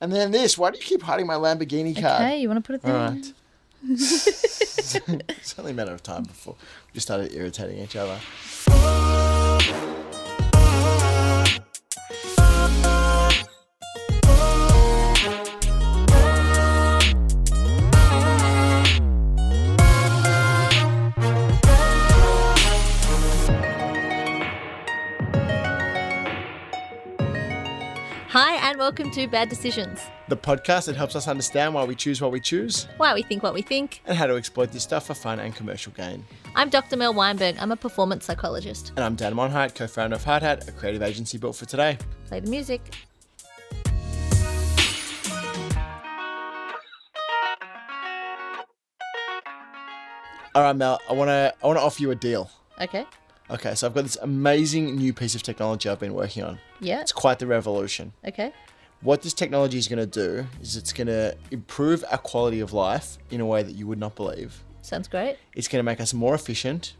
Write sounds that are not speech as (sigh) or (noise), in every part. And then this. Why do you keep hiding my Lamborghini card? Okay, you want to put it All there? (laughs) (laughs) right. it's only a matter of time before we started irritating each other. Hi, and welcome to Bad Decisions. The podcast that helps us understand why we choose what we choose Why we think what we think. and how to exploit this stuff for fun and commercial gain. I'm Dr. Mel Weinberg. I'm a performance psychologist. And I'm Dan Monheit, co founder of Hard Hat, a creative agency built for today. Play the music. All right, Mel, I want to I wanna offer you a deal. Okay. Okay, so I've got this amazing new piece of technology I've been working on. Yeah. It's quite the revolution. Okay. What this technology is going to do is it's going to improve our quality of life in a way that you would not believe. Sounds great. It's going to make us more efficient,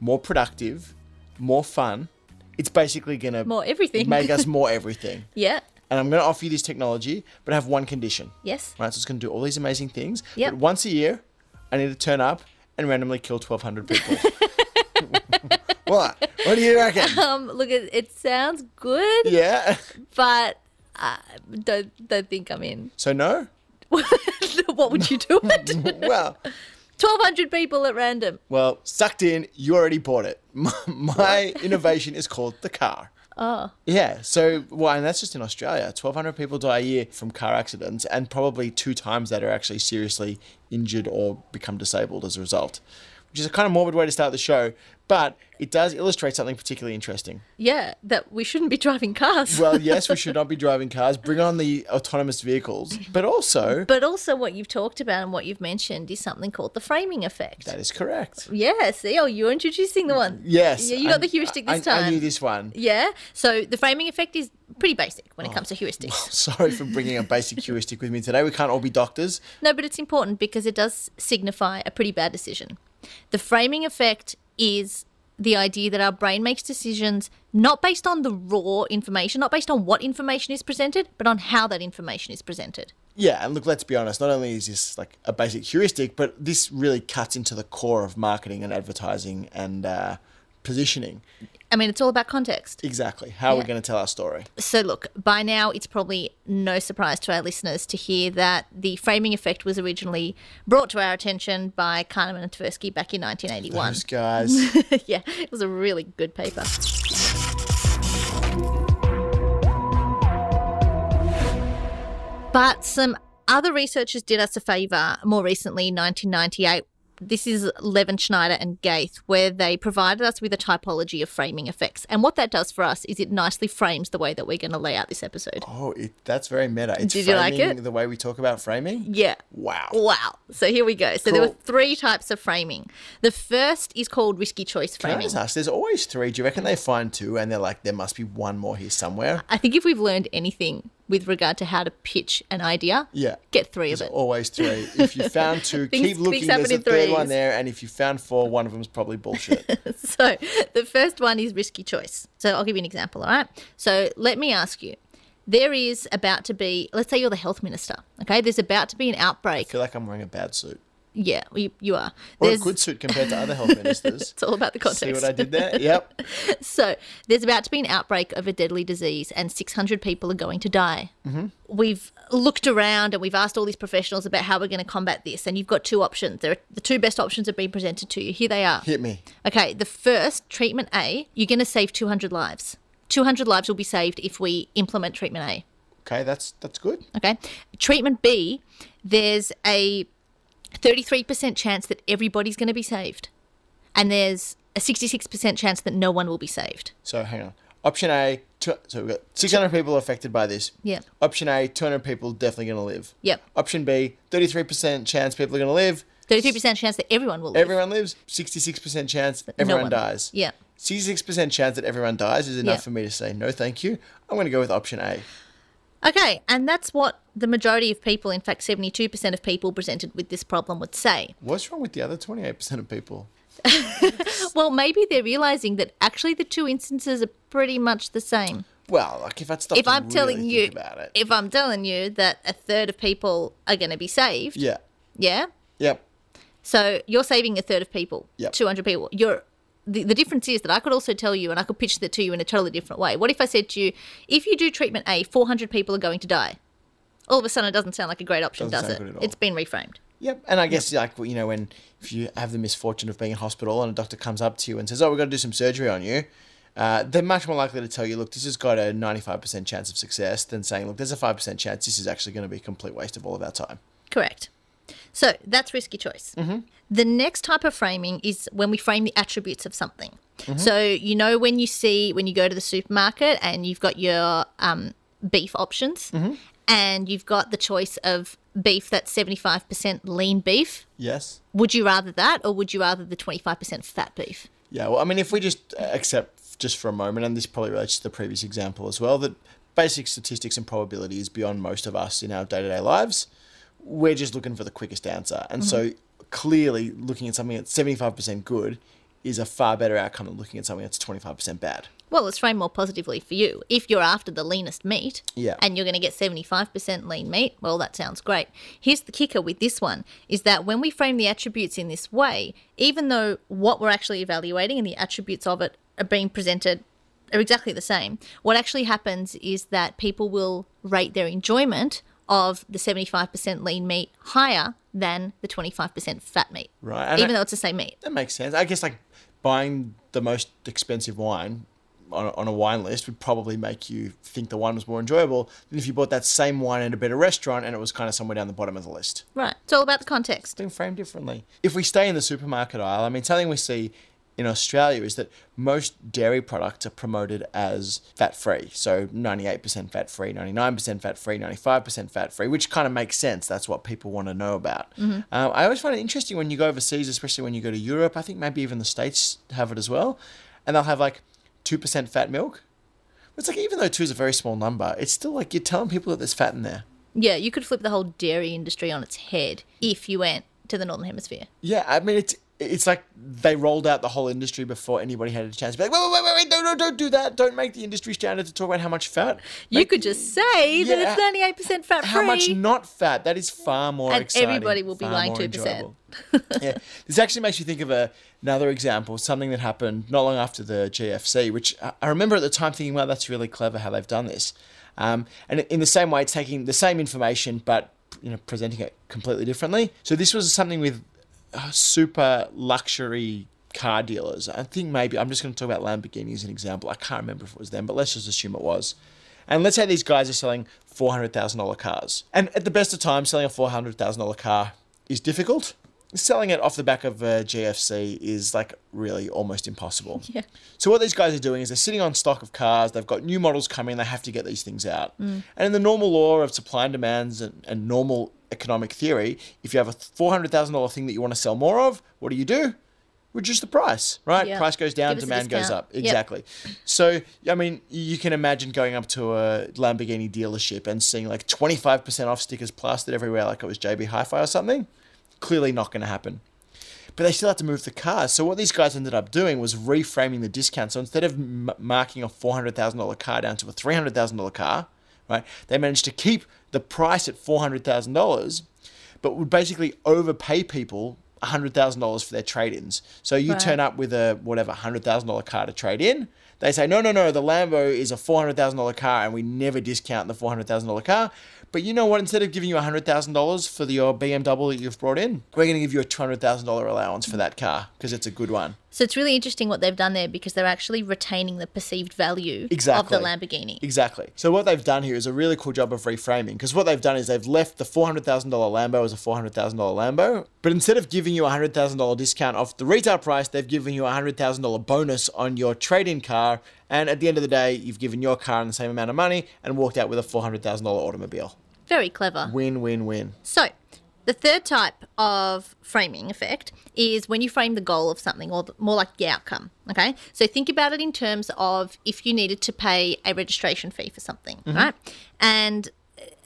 more productive, more fun. It's basically going to More everything. make us more everything. (laughs) yeah. And I'm going to offer you this technology, but I have one condition. Yes. Right, so it's going to do all these amazing things. Yep. But once a year, I need to turn up and randomly kill 1,200 (laughs) people. (laughs) what? What do you reckon? (laughs) Um, look, it, it sounds good, yeah. but uh, don't don't think I'm in. (laughs) So no. what would you (laughs) do? Twelve Well, hundred people at random. well, sucked in. You already bought it. (laughs) My, my innovation is called the car. Oh, Yeah. So, well, and that's just in Australia. 1,200 people die a year from car accidents, and probably two times that are actually seriously injured or become disabled as a result, which is a kind of morbid way to start the show, but it does illustrate something particularly interesting. yeah. That we shouldn't be driving cars. Well, yes, we should not be driving cars. Bring on the autonomous vehicles, but also but also, what you've talked about and what you've mentioned is something called the framing effect. that is correct. Yeah, see, oh, you're introducing the one. Yes. Yeah, you I- got the heuristic I- this I, time. knew this one. Yeah, so the framing effect is pretty basic when Oh. it comes to heuristics. Sorry for bringing a basic heuristic with me today. We can't all be doctors. No, but it's important because it does signify a pretty bad decision. The framing effect is the idea that our brain makes decisions not based on the raw information, not based on what information is presented, but on how that information is presented. Yeah, and look, let's be honest. Not only is this like a basic heuristic, but this really cuts into the core of marketing and advertising and uh, positioning. I mean, it's all about context. Exactly. How we're Yeah. going to tell our story. So, look, by now it's probably no surprise to our listeners to hear that the framing effect was originally brought to our attention by Kahneman and Tversky back in 1981. Those (laughs) guys. yeah, it was a really good paper. But some other researchers did us a favour more recently, 1998. This is Levin Schneider and Gaith, where they provided us with a typology of framing effects. And what that does for us is it nicely frames the way that we're going to lay out this episode. oh, it, that's very meta. It's Did you like framing it? The way we talk about framing. Yeah. Wow. Wow. So here we go. So there were Cool. three types of framing. The first is called risky choice Can I framing. just ask, there's always three. Do you reckon they find two and they're like, there must be one more here somewhere? I think if we've learned anything with regard to how to pitch an idea, Yeah. get three of There's it. always three. If you (laughs) found two, Things- keep looking. things There's a happen in third one threes. there. And if you found four, one of them's probably (laughs) bullshit. So the first one is risky choice. So I'll give you an example, all right? So let me ask you. There is about to be, let's say you're the health minister, okay? There's about to be an I outbreak. feel like I'm wearing a bad suit. Yeah, you, you are. Or There's, a good suit compared to other health ministers. it's all about the (laughs) context. See what I did (laughs) there? Yep. So there's about to be an outbreak of a deadly disease, and 600 people are going to die. Mm-hmm. We've looked around and we've asked all these professionals about how we're going to combat this, and you've got two options. There are, the two best options have been presented to you. Here they are. Hit me. Okay, the first treatment A, you're going to save 200 lives. 200 lives will be saved if we implement treatment A. Okay, that's that's good. Okay, treatment B, there's a 33% chance that everybody's going to be saved, and there's a 66% chance that no one will be saved. So hang on. Option A, two, so we've got 600 people affected by this. Yeah. Option A, 200 people definitely going to live. Yep. Option B, 33% chance people are going to live. Thirty-three percent chance that everyone will. Live. Everyone lives. 66% chance No everyone one- dies. Yeah. 66% chance that everyone dies is enough Yeah. for me to say no thank you. I'm going to go with option A. Okay, and that's what the majority of people, in fact, seventy-two percent of people presented with this problem would say. What's wrong with the other 28% of people? Well, maybe they're realizing that actually the two instances are pretty much the same. Well, like if that's stuff if to I'm really telling think you, about it. if I'm telling you that a third of people are going to be saved, yeah. yeah? Yep. So you're saving a third of people, Yep. 200 people. You're the, the difference is that I could also tell you, and I could pitch that to you in a totally different way. What if I said to you, if you do treatment A, 400 people are going to die? All of a sudden, it doesn't sound like a great option, Doesn't does sound it? good at It's been reframed. Yep. And I guess like you know when if you have the misfortune of being in hospital and a doctor comes up to you and says, "Oh, we've got to do some surgery on you." Uh, they're much more likely to tell you, look, this has got a 95% chance of success than saying, look, there's a 5% chance this is actually going to be a complete waste of all of our time. Correct. So that's risky choice. The next type of framing is when we frame the attributes of something. So you know when you see when you go to the supermarket and you've got your um, beef options, and you've got the choice of beef that's seventy five percent lean beef. Yes? Would you rather that, or would you rather the twenty five percent fat beef? Yeah, well, I mean, if we just uh, accept just for a moment, and this probably relates to the previous example as well, that basic statistics and probability is beyond most of us in our day to day lives, we're just looking for the quickest answer. And Mm-hmm. so clearly, looking at something that's 75% good is a far better outcome than looking at something that's 25% bad. Well, let's frame more positively for you. If you're after the leanest meat Yeah. and you're going to get 75% lean meat, well, that sounds great. Here's the kicker with this one is that when we frame the attributes in this way, even though what we're actually evaluating and the attributes of it are being presented are exactly the same, what actually happens is that people will rate their enjoyment of the 75% lean meat higher than the 25% fat meat, Right. And even I- though it's the same meat. That makes sense. I guess like buying the most expensive wine on a, on a wine list would probably make you think the wine was more enjoyable than if you bought that same wine at a better restaurant and it was kind of somewhere down the bottom of the list. Right. It's all about the context. Being framed differently. If we stay in the supermarket aisle, I mean, something we see in Australia is that most dairy products are promoted as fat free. So 98% fat free, 99% fat free, 95% fat free, which kind of makes sense. That's what people want to know about. Um, I always find it interesting when you go overseas, especially when you go to Europe. I think maybe even the States have it as well. And they'll have like 2% fat milk. It's like, even though two is a very small number, it's still like you're telling people that there's fat in there. Yeah, you could flip the whole dairy industry on its head if you went to the northern hemisphere. Yeah, I mean it's it's like they rolled out the whole industry before anybody had a chance. to Be like, wait, wait, wait, wait, wait, no, no, don't do that. Don't make the industry standard to talk about how much fat. You could just say yeah, that it's ninety eight percent fat How free. much not fat? That is far more And exciting. everybody will be far lying more 2%. enjoyable. (laughs) yeah, this actually makes you think of a, another example, something that happened not long after the GFC, which I, I remember at the time thinking, "Wow, that's really clever how they've done this." Um, and in the same way, it's taking the same information but you know presenting it completely differently. So this was something with uh, super luxury car dealers. I think maybe I'm just going to talk about Lamborghini as an example. I can't remember if it was them, but let's just assume it was. And let's say these guys are selling four hundred thousand dollar cars, and at the best of times, selling a four hundred thousand dollar car is difficult. Selling it off the back of uh, a GFC is like really almost impossible. Yeah. So what these guys are doing is they're sitting on stock of cars. They've got new models coming. They have to get these things out. And in the normal law of supply and demands and, and normal economic theory, if you have a four hundred thousand dollar thing that you want to sell more of, what do you do? Reduce the price, right? Yeah. Price goes down, Give us a demand goes discount. up. Yep. Exactly. So I mean, you can imagine going up to a Lamborghini dealership and seeing like twenty five percent off stickers plastered everywhere, like it was JB Hi-Fi or something. Clearly not going to happen but they still had to move the cars. So what these guys ended up doing was reframing the discount. So instead of m- marking a four hundred thousand dollar car down to a three hundred thousand dollar car, right? They managed to keep the price at four hundred thousand dollars, but would basically overpay people hundred thousand dollars for their trade-ins. So you Right. turn up with a whatever hundred thousand dollar car to trade in. They say no, no, no. The Lambo is a four hundred thousand dollar car, and we never discount the four hundred thousand dollar car. But you know what? Instead of giving you hundred thousand dollars for the, uh, your BMW that you've brought in, we're going to give you a two hundred thousand dollar allowance for that car because it's a good one. So it's really interesting what they've done there because they're actually retaining the perceived value Exactly. of the Lamborghini. Exactly. So what they've done here is a really cool job of reframing because what they've done is they've left the four hundred thousand dollar Lambo as a four hundred thousand dollar Lambo, but instead of giving you a hundred thousand dollar discount off the retail price, they've given you a hundred thousand dollar bonus on your trade-in car, and at the end of the day, you've given your car the same amount of money and walked out with a four hundred thousand dollar automobile. Very clever. Win, win, win. So the third type of framing effect is when you frame the goal of something or the, more like the outcome. Okay. So think about it in terms of if you needed to pay a registration fee for something, right? And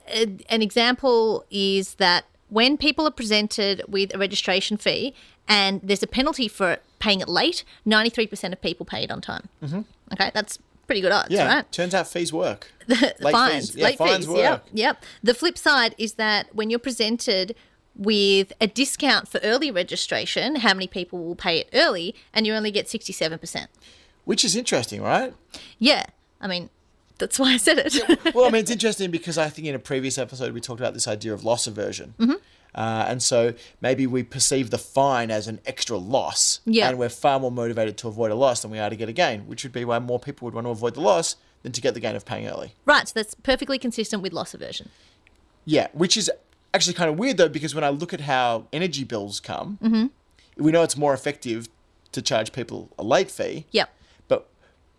a- an example is that when people are presented with a registration fee and there's a penalty for paying it late, 93% of people pay it on time. Mm-hmm. Okay, that's pretty good odds, Yeah. right? Turns out fees (laughs) work. The Late fines, fees. Yeah, late fines fees. work. Yep, yep. The flip side is that when you're presented with a discount for early registration, how many people will pay it early, and you only get 67%. Which is interesting, right? Yeah, I mean, that's why I said it. well, I mean, it's interesting because I think in a previous episode we talked about this idea of loss aversion. Uh, and so maybe we perceive the fine as an extra loss. Yeah. And we're far more motivated to avoid a loss than we are to get a gain, which would be why more people would want to avoid the loss than to get the gain of paying early. (laughs) right, so that's perfectly consistent with loss aversion. Yeah, which is actually kind of weird though, because when I look at how energy bills come, we know it's more effective to charge people a late fee. Yep. But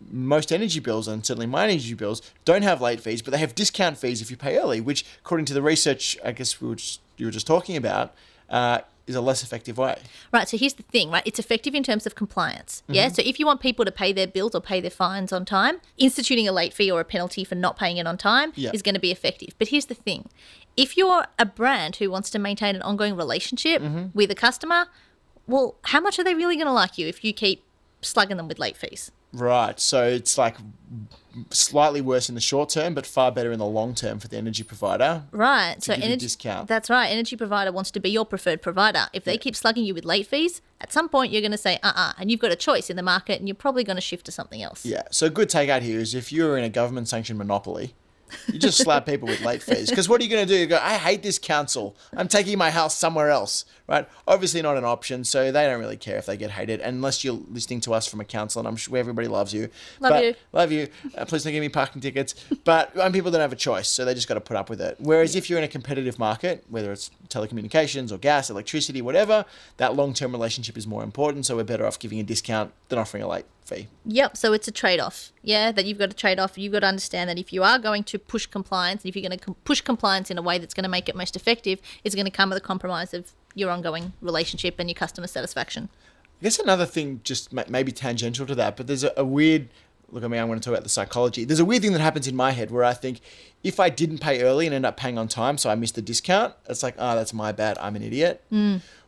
most energy bills, and certainly my energy bills, don't have late fees, but they have discount fees if you pay early, which, according to the research, I guess we were just, you were just talking about, uh, is a less effective way. Right, so here's the thing, right? It's effective in terms of compliance. Mm-hmm. Yeah. So if you want people to pay their bills or pay their fines on time, instituting a late fee or a penalty for not paying it on time Yeah. is going to be effective. But here's the thing if you're a brand who wants to maintain an ongoing relationship Mm-hmm. with a customer, well, how much are they really going to like you if you keep slugging them with late fees? Right. So it's like slightly worse in the short term, but far better in the long term for the energy provider. Right. so give you energy discount. That's right. Energy provider wants to be your preferred provider. If they keep slugging you with late fees, at some point you're going to say, uh-uh, and you've got a choice in the market and you're probably going to shift to something else. Yeah. So a good takeout here is if you're in a government sanctioned monopoly, you just slap (laughs) people with late fees. Because what are you going to do? You go, I hate this council. I'm taking my house somewhere else, right? Obviously not an option. So they don't really care if they get hated, unless you're listening to us from a council, and I'm sure everybody loves you. Love But- you. Love you. Uh, please don't give me parking tickets. But um, people don't have a choice, so they just got to put up with it. Whereas if you're in a competitive market, whether it's telecommunications or gas, electricity, whatever, that long-term relationship is more important. So we're better off giving a discount than offering a late fee. Yep. So it's a trade off. Yeah. That you've got to trade off. You've got to understand that if you are going to push compliance, and if you're going to com- push compliance in a way that's going to make it most effective, it's going to come with a compromise of your ongoing relationship and your customer satisfaction. I guess another thing, just ma- maybe tangential to that, but there's a, a weird look. I mean, I'm going to talk about the psychology. There's a weird thing that happens in my head where I think if I didn't pay early and end up paying on time, so I missed the discount, it's like, oh, that's my bad. I'm an idiot.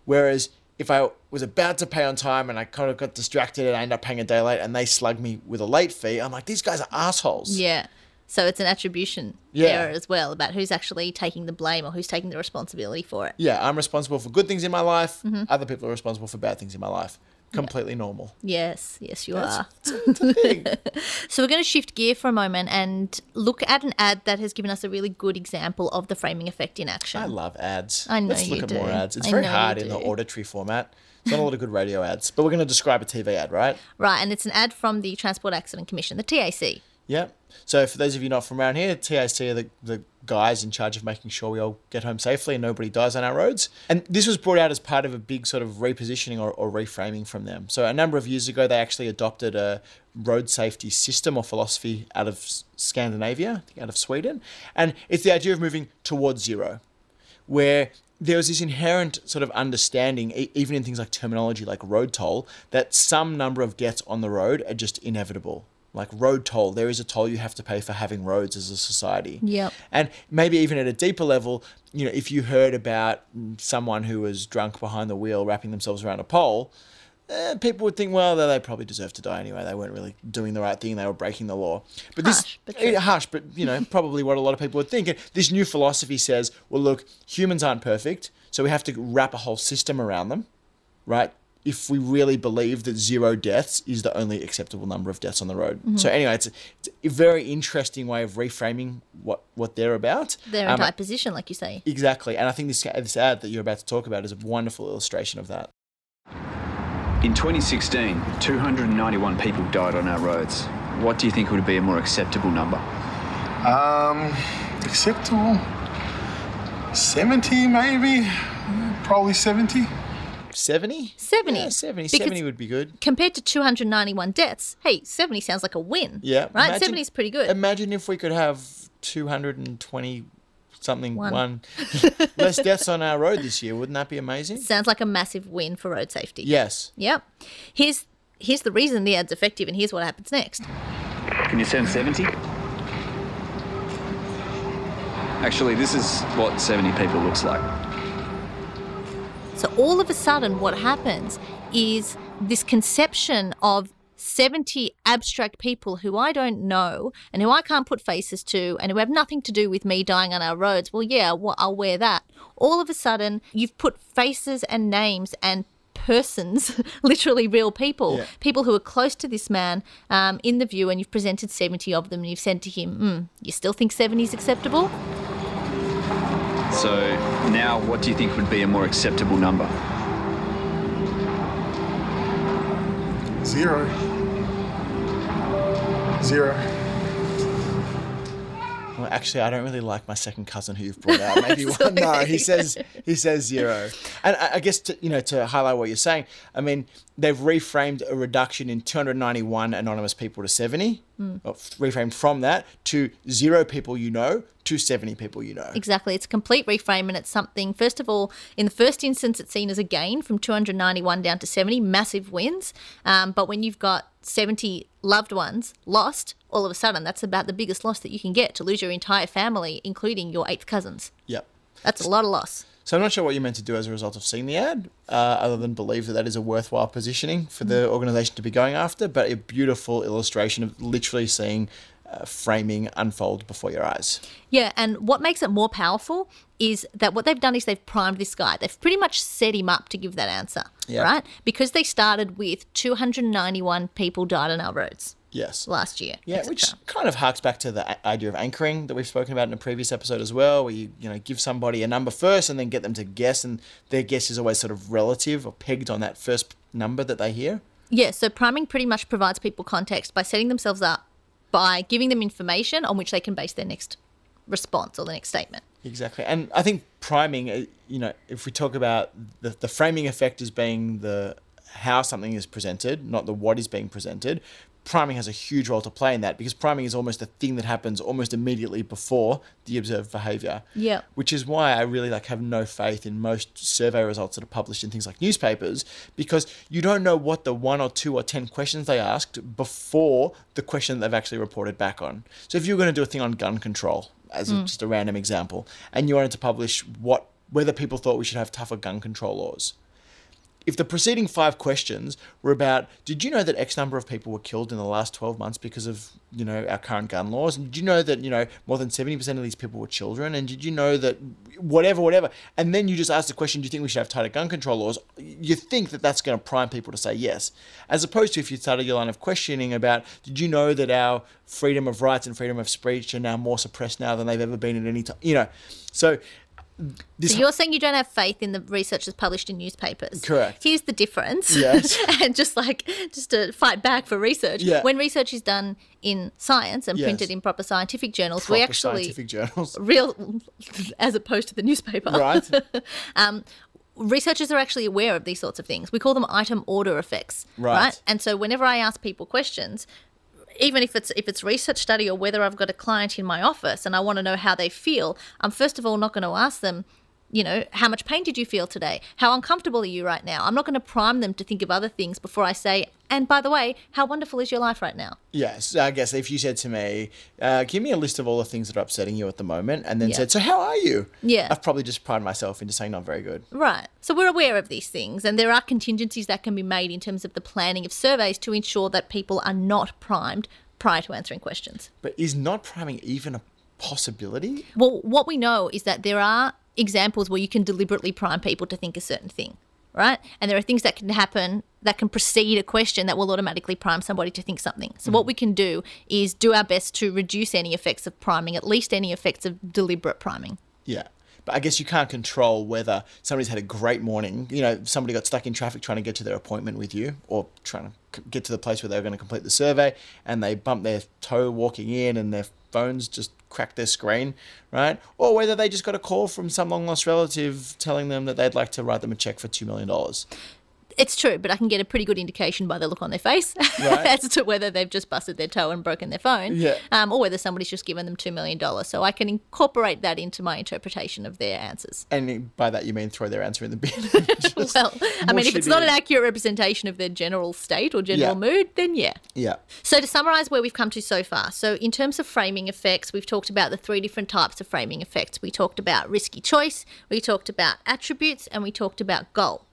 Whereas if I was about to pay on time and I kind of got distracted and I end up paying a day late and they slug me with a late fee, I'm like, these guys are assholes. Yeah. So it's an attribution Yeah. error as well about who's actually taking the blame or who's taking the responsibility for it. Yeah, I'm responsible for good things in my life. Other people are responsible for bad things in my life. Completely normal. Yes. Yes, you are. Thing. (laughs) So we're going to shift gear for a moment and look at an ad that has given us a really good example of the framing effect in action. I love ads. I know Let's look you at more do. ads. It's I very know you hard in the do. auditory format. There's not a lot of good radio ads, but we're going to describe a TV ad, right? Right, and it's an ad from the Transport Accident Commission, the TAC. Yeah. So for those of you not from around here, TAC are the, the guys in charge of making sure we all get home safely and nobody dies on our roads. And this was brought out as part of a big sort of repositioning or, or reframing from them. So a number of years ago, they actually adopted a road safety system or philosophy out of S- Scandinavia, I think out of Sweden. And it's the idea of moving towards zero. where there was this inherent sort of understanding, e- even in things like terminology, like road toll, that some number of deaths on the road are just inevitable. Like road toll, there is a toll you have to pay for having roads as a society. Yep. And maybe even at a deeper level, you know, if you heard about mm, someone who was drunk behind the wheel wrapping themselves around a pole, eh, people would think, well, they- they probably deserve to die anyway. They weren't really doing the right thing. They were breaking the law. But this, Harsh, but eh, harsh, but you (laughs) know, probably what a lot of people would think. And this new philosophy says, well, look, humans aren't perfect, so we have to wrap a whole system around them, right? If we really believe that zero deaths is the only acceptable number of deaths on the road. Mm-hmm. So anyway, it's a, it's a very interesting way of reframing what what they're about. Their Um, entire position, like you say. Exactly, and I think this this ad that you're about to talk about is a wonderful illustration of that. In 2016, 291 people died on our roads. What do you think would be a more acceptable number? Um, acceptable. 70 maybe? Probably 70. Seventy. 70. Yeah, seventy. Because- Seventy would be good. Compared to 291 deaths, hey, 70 sounds like a win. Yeah. Right? imagine- 70 is pretty good. Imagine if we could have 220 something One. one, (laughs) less deaths on our road this year. Wouldn't that be amazing? sounds like a massive win for road safety. Yes. Yep. Here's here's the reason the ad's effective and here's what happens next. Can you send 70? Actually, this is what 70 people looks like. So all of a sudden what happens is this conception of 70 abstract people who I don't know and who I can't put faces to and who have nothing to do with me dying on our roads, well, yeah, well, I'll wear that. All of a sudden, you've put faces and names and persons, (laughs) literally real people, Yeah. people who are close to this man um, in the view, and you've presented 70 of them and you've said to him, mm, You still think 70 is acceptable? So now, what do you think would be a more acceptable number? Zero. Zero. Well, actually, I don't really like my second cousin who you've brought (laughs) out. Maybe one. No, he says he says zero. And I, I guess to, you know to highlight what you're saying. I mean, they've reframed a reduction in 291 anonymous people to 70. Hmm. Or f- reframed from that to zero people you know to 70 people you know. Exactly. It's a complete reframe and it's something, first of all, in the first instance, it's seen as a gain from 291 down to 70, massive wins. Um, but when you've got 70 loved ones lost, all of a sudden, that's about the biggest loss that you can get to lose your entire family, including your eighth cousins. Yep. That's a lot of loss. So I'm not sure what you meant to do as a result of seeing the ad, uh, other than believe that that is a worthwhile positioning for the organisation to be going after, but a beautiful illustration of literally seeing uh, framing unfold before your eyes. Yeah, and what makes it more powerful is that what they've done is they've primed this guy. They've pretty much set him up to give that answer, Yeah. right? Because they started with 291 people died on our roads Yes. last year. Yeah, et which cetera. kind of harks back to the a- idea of anchoring that we've spoken about in a previous episode as well, where you you know give somebody a number first and then get them to guess, and their guess is always sort of relative or pegged on that first number that they hear. Yeah, so priming pretty much provides people context by setting themselves up by giving them information on which they can base their next response or the next statement. Exactly, and I think priming, uh, you know, if we talk about the the framing effect as being the how something is presented, not the what is being presented. Priming has a huge role to play in that because priming is almost a thing that happens almost immediately before the observed behavior. Yeah. which is why I really like have no faith in most survey results that are published in things like newspapers because you don't know what the one or two or ten questions they asked before the question they've actually reported back on. So if you were going to do a thing on gun control as a- just a random example and you wanted to publish what whether people thought we should have tougher gun control laws if the preceding five questions were about did you know that x number of people were killed in the last 12 months because of you know our current gun laws and did you know that you know more than 70% of these people were children and did you know that whatever whatever and then you just ask the question do you think we should have tighter gun control laws you think that that's going to prime people to say yes as opposed to if you started your line of questioning about did you know that our freedom of rights and freedom of speech are now more suppressed now than they've ever been at any time you know so So you're saying you don't have faith in the research that's published in newspapers. Correct. Here's the difference. Yes. (laughs) and just like just to fight back for research. Yeah. When research is done in science and Yes. printed in proper scientific journals, we proper actually scientific journals (laughs) real (laughs) as opposed to the newspaper. right Um, researchers are actually aware of these sorts of things. We call them item order effects, Right. right? And so whenever I ask people questions, even if it's if it's research study or whether I've got a client in my office and I want to know how they feel, I'm first of all not going to ask them you know, how much pain did you feel today? How uncomfortable are you right now? I'm not going to prime them to think of other things before I say, and by the way, how wonderful is your life right now? Yes, I guess if you said to me, uh, "Give me a list of all the things that are upsetting you at the moment," and then Yeah. said, "So how are you?" Yeah. I've probably just primed myself into saying not very good. Right. So we're aware of these things, and there are contingencies that can be made in terms of the planning of surveys to ensure that people are not primed prior to answering questions. But is not priming even a possibility? Well, what we know is that there are examples where you can deliberately prime people to think a certain thing, right? And there are things that can happen that can precede a question that will automatically prime somebody to think something. So, what we can do is do our best to reduce any effects of priming, at least any effects of deliberate priming. Yeah. But I guess you can't control whether somebody's had a great morning. You know, somebody got stuck in traffic trying to get to their appointment with you or trying to c- get to the place where they were going to complete the survey and they bumped their toe walking in and their phones just cracked their screen, right? Or whether they just got a call from some long lost relative telling them that they'd like to write them a check for $2 million. It's true, but I can get a pretty good indication by the look on their face (laughs) Right. as to whether they've just busted their toe and broken their phone, Yeah. um, or whether somebody's just given them $2 million. So I can incorporate that into my interpretation of their answers. And by that you mean throw their answer in the bin. (laughs) Just- Well, (laughs) I mean, mush if it's it not in. an accurate representation of their general state or general Yeah. mood, then yeah. yeah. So, to summarize where we've come to so far, so in terms of framing effects, we've talked about the three different types of framing effects. We talked about risky choice, we talked about attributes, and we talked about goal.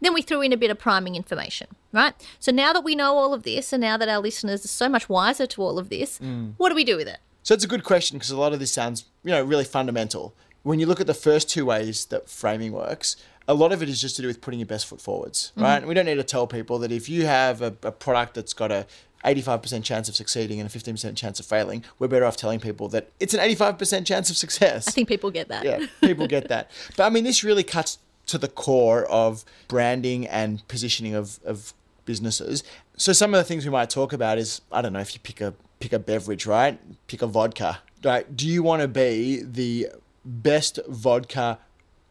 Then we threw in a bit of priming information, right? So now that we know all of this, and now that our listeners are so much wiser to all of this, Mm. what do we do with it? So it's a good question because a lot of this sounds, you know, really fundamental. When you look at the first two ways that framing works, a lot of it is just to do with putting your best foot forwards, right? We don't need to tell people that if you have a, a product that's got a 85% chance of succeeding and a 15% chance of failing, we're better off telling people that it's an 85% chance of success. I think people get that. Yeah, people get that. But I mean, this really cuts to the core of branding and positioning of, of businesses. So some of the things we might talk about is I don't know if you pick a pick a beverage, right? Pick a vodka, right? Do you want to be the best vodka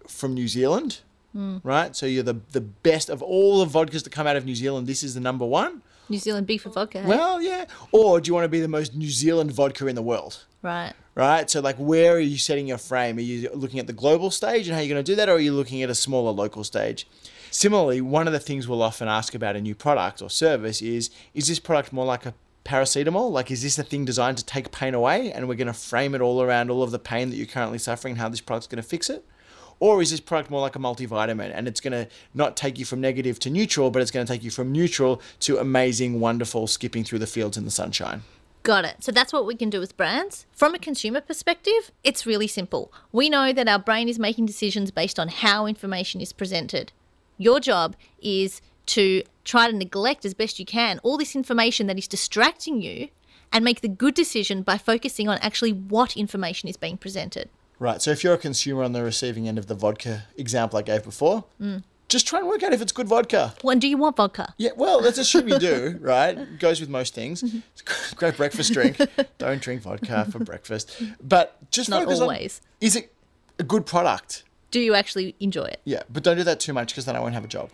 from New Zealand, right? So you're the the best of all the vodkas that come out of New Zealand. This is the number one. (laughs) New Zealand beef and vodka. hey? Well, yeah. Or do you want to be the most New Zealand vodka in the world? right. right? So, like, where are you setting your frame? Are you looking at the global stage and how you're going to do that, or are you looking at a smaller local stage? Similarly, one of the things we'll often ask about a new product or service is is this product more like a paracetamol? Like, is this a thing designed to take pain away? And we're going to frame it all around all of the pain that you're currently suffering and how this product's going to fix it? Or is this product more like a multivitamin and it's going to not take you from negative to neutral, but it's going to take you from neutral to amazing, wonderful, skipping through the fields in the sunshine? Got it. So that's what we can do with brands. From a consumer perspective, it's really simple. We know that our brain is making decisions based on how information is presented. Your job is to try to neglect as best you can all this information that is distracting you and make the good decision by focusing on actually what information is being presented. Right. So if you're a consumer on the receiving end of the vodka example I gave before, Mm. just try and work out if it's good vodka. When do you want vodka? Yeah. Well, let's assume you (laughs) do, right? Goes with most things. It's a great breakfast drink. Don't drink vodka for breakfast. But just Not focus on, always. is it a good product? Do you actually enjoy it? Yeah. But don't do that too much because then I won't have a job.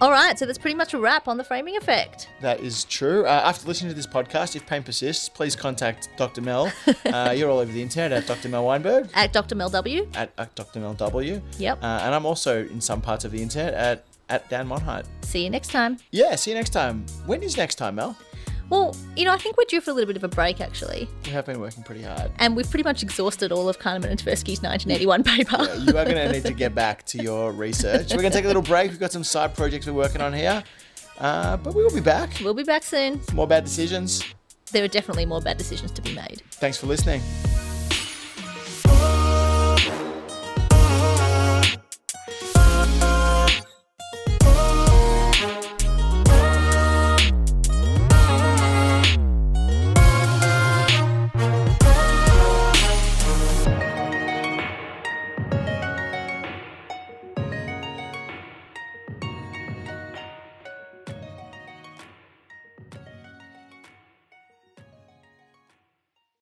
All right, so that's pretty much a wrap on the framing effect. That is true. Uh, after listening to this podcast, if pain persists, please contact Dr. (laughs) Mel. Uh, you're all over the internet at Dr. Mel Weinberg. At Dr. Mel W. At, at Dr. Mel W. Yep. Uh, and I'm also in some parts of the internet at, at Dan Monheit. See you next time. Yeah, see you next time. When is next time, Mel? Well, you know, I think we're due for a little bit of a break actually. We have been working pretty hard. and we've pretty much exhausted all of Kahneman and Tversky's 1981 paper. (laughs) You are going to need to get back to your research. We're going to take a little break. We've got some side projects we're working on here. Uh, but we will be back. we'll be back soon. More bad decisions. There are definitely more bad decisions to be made. Thanks for listening.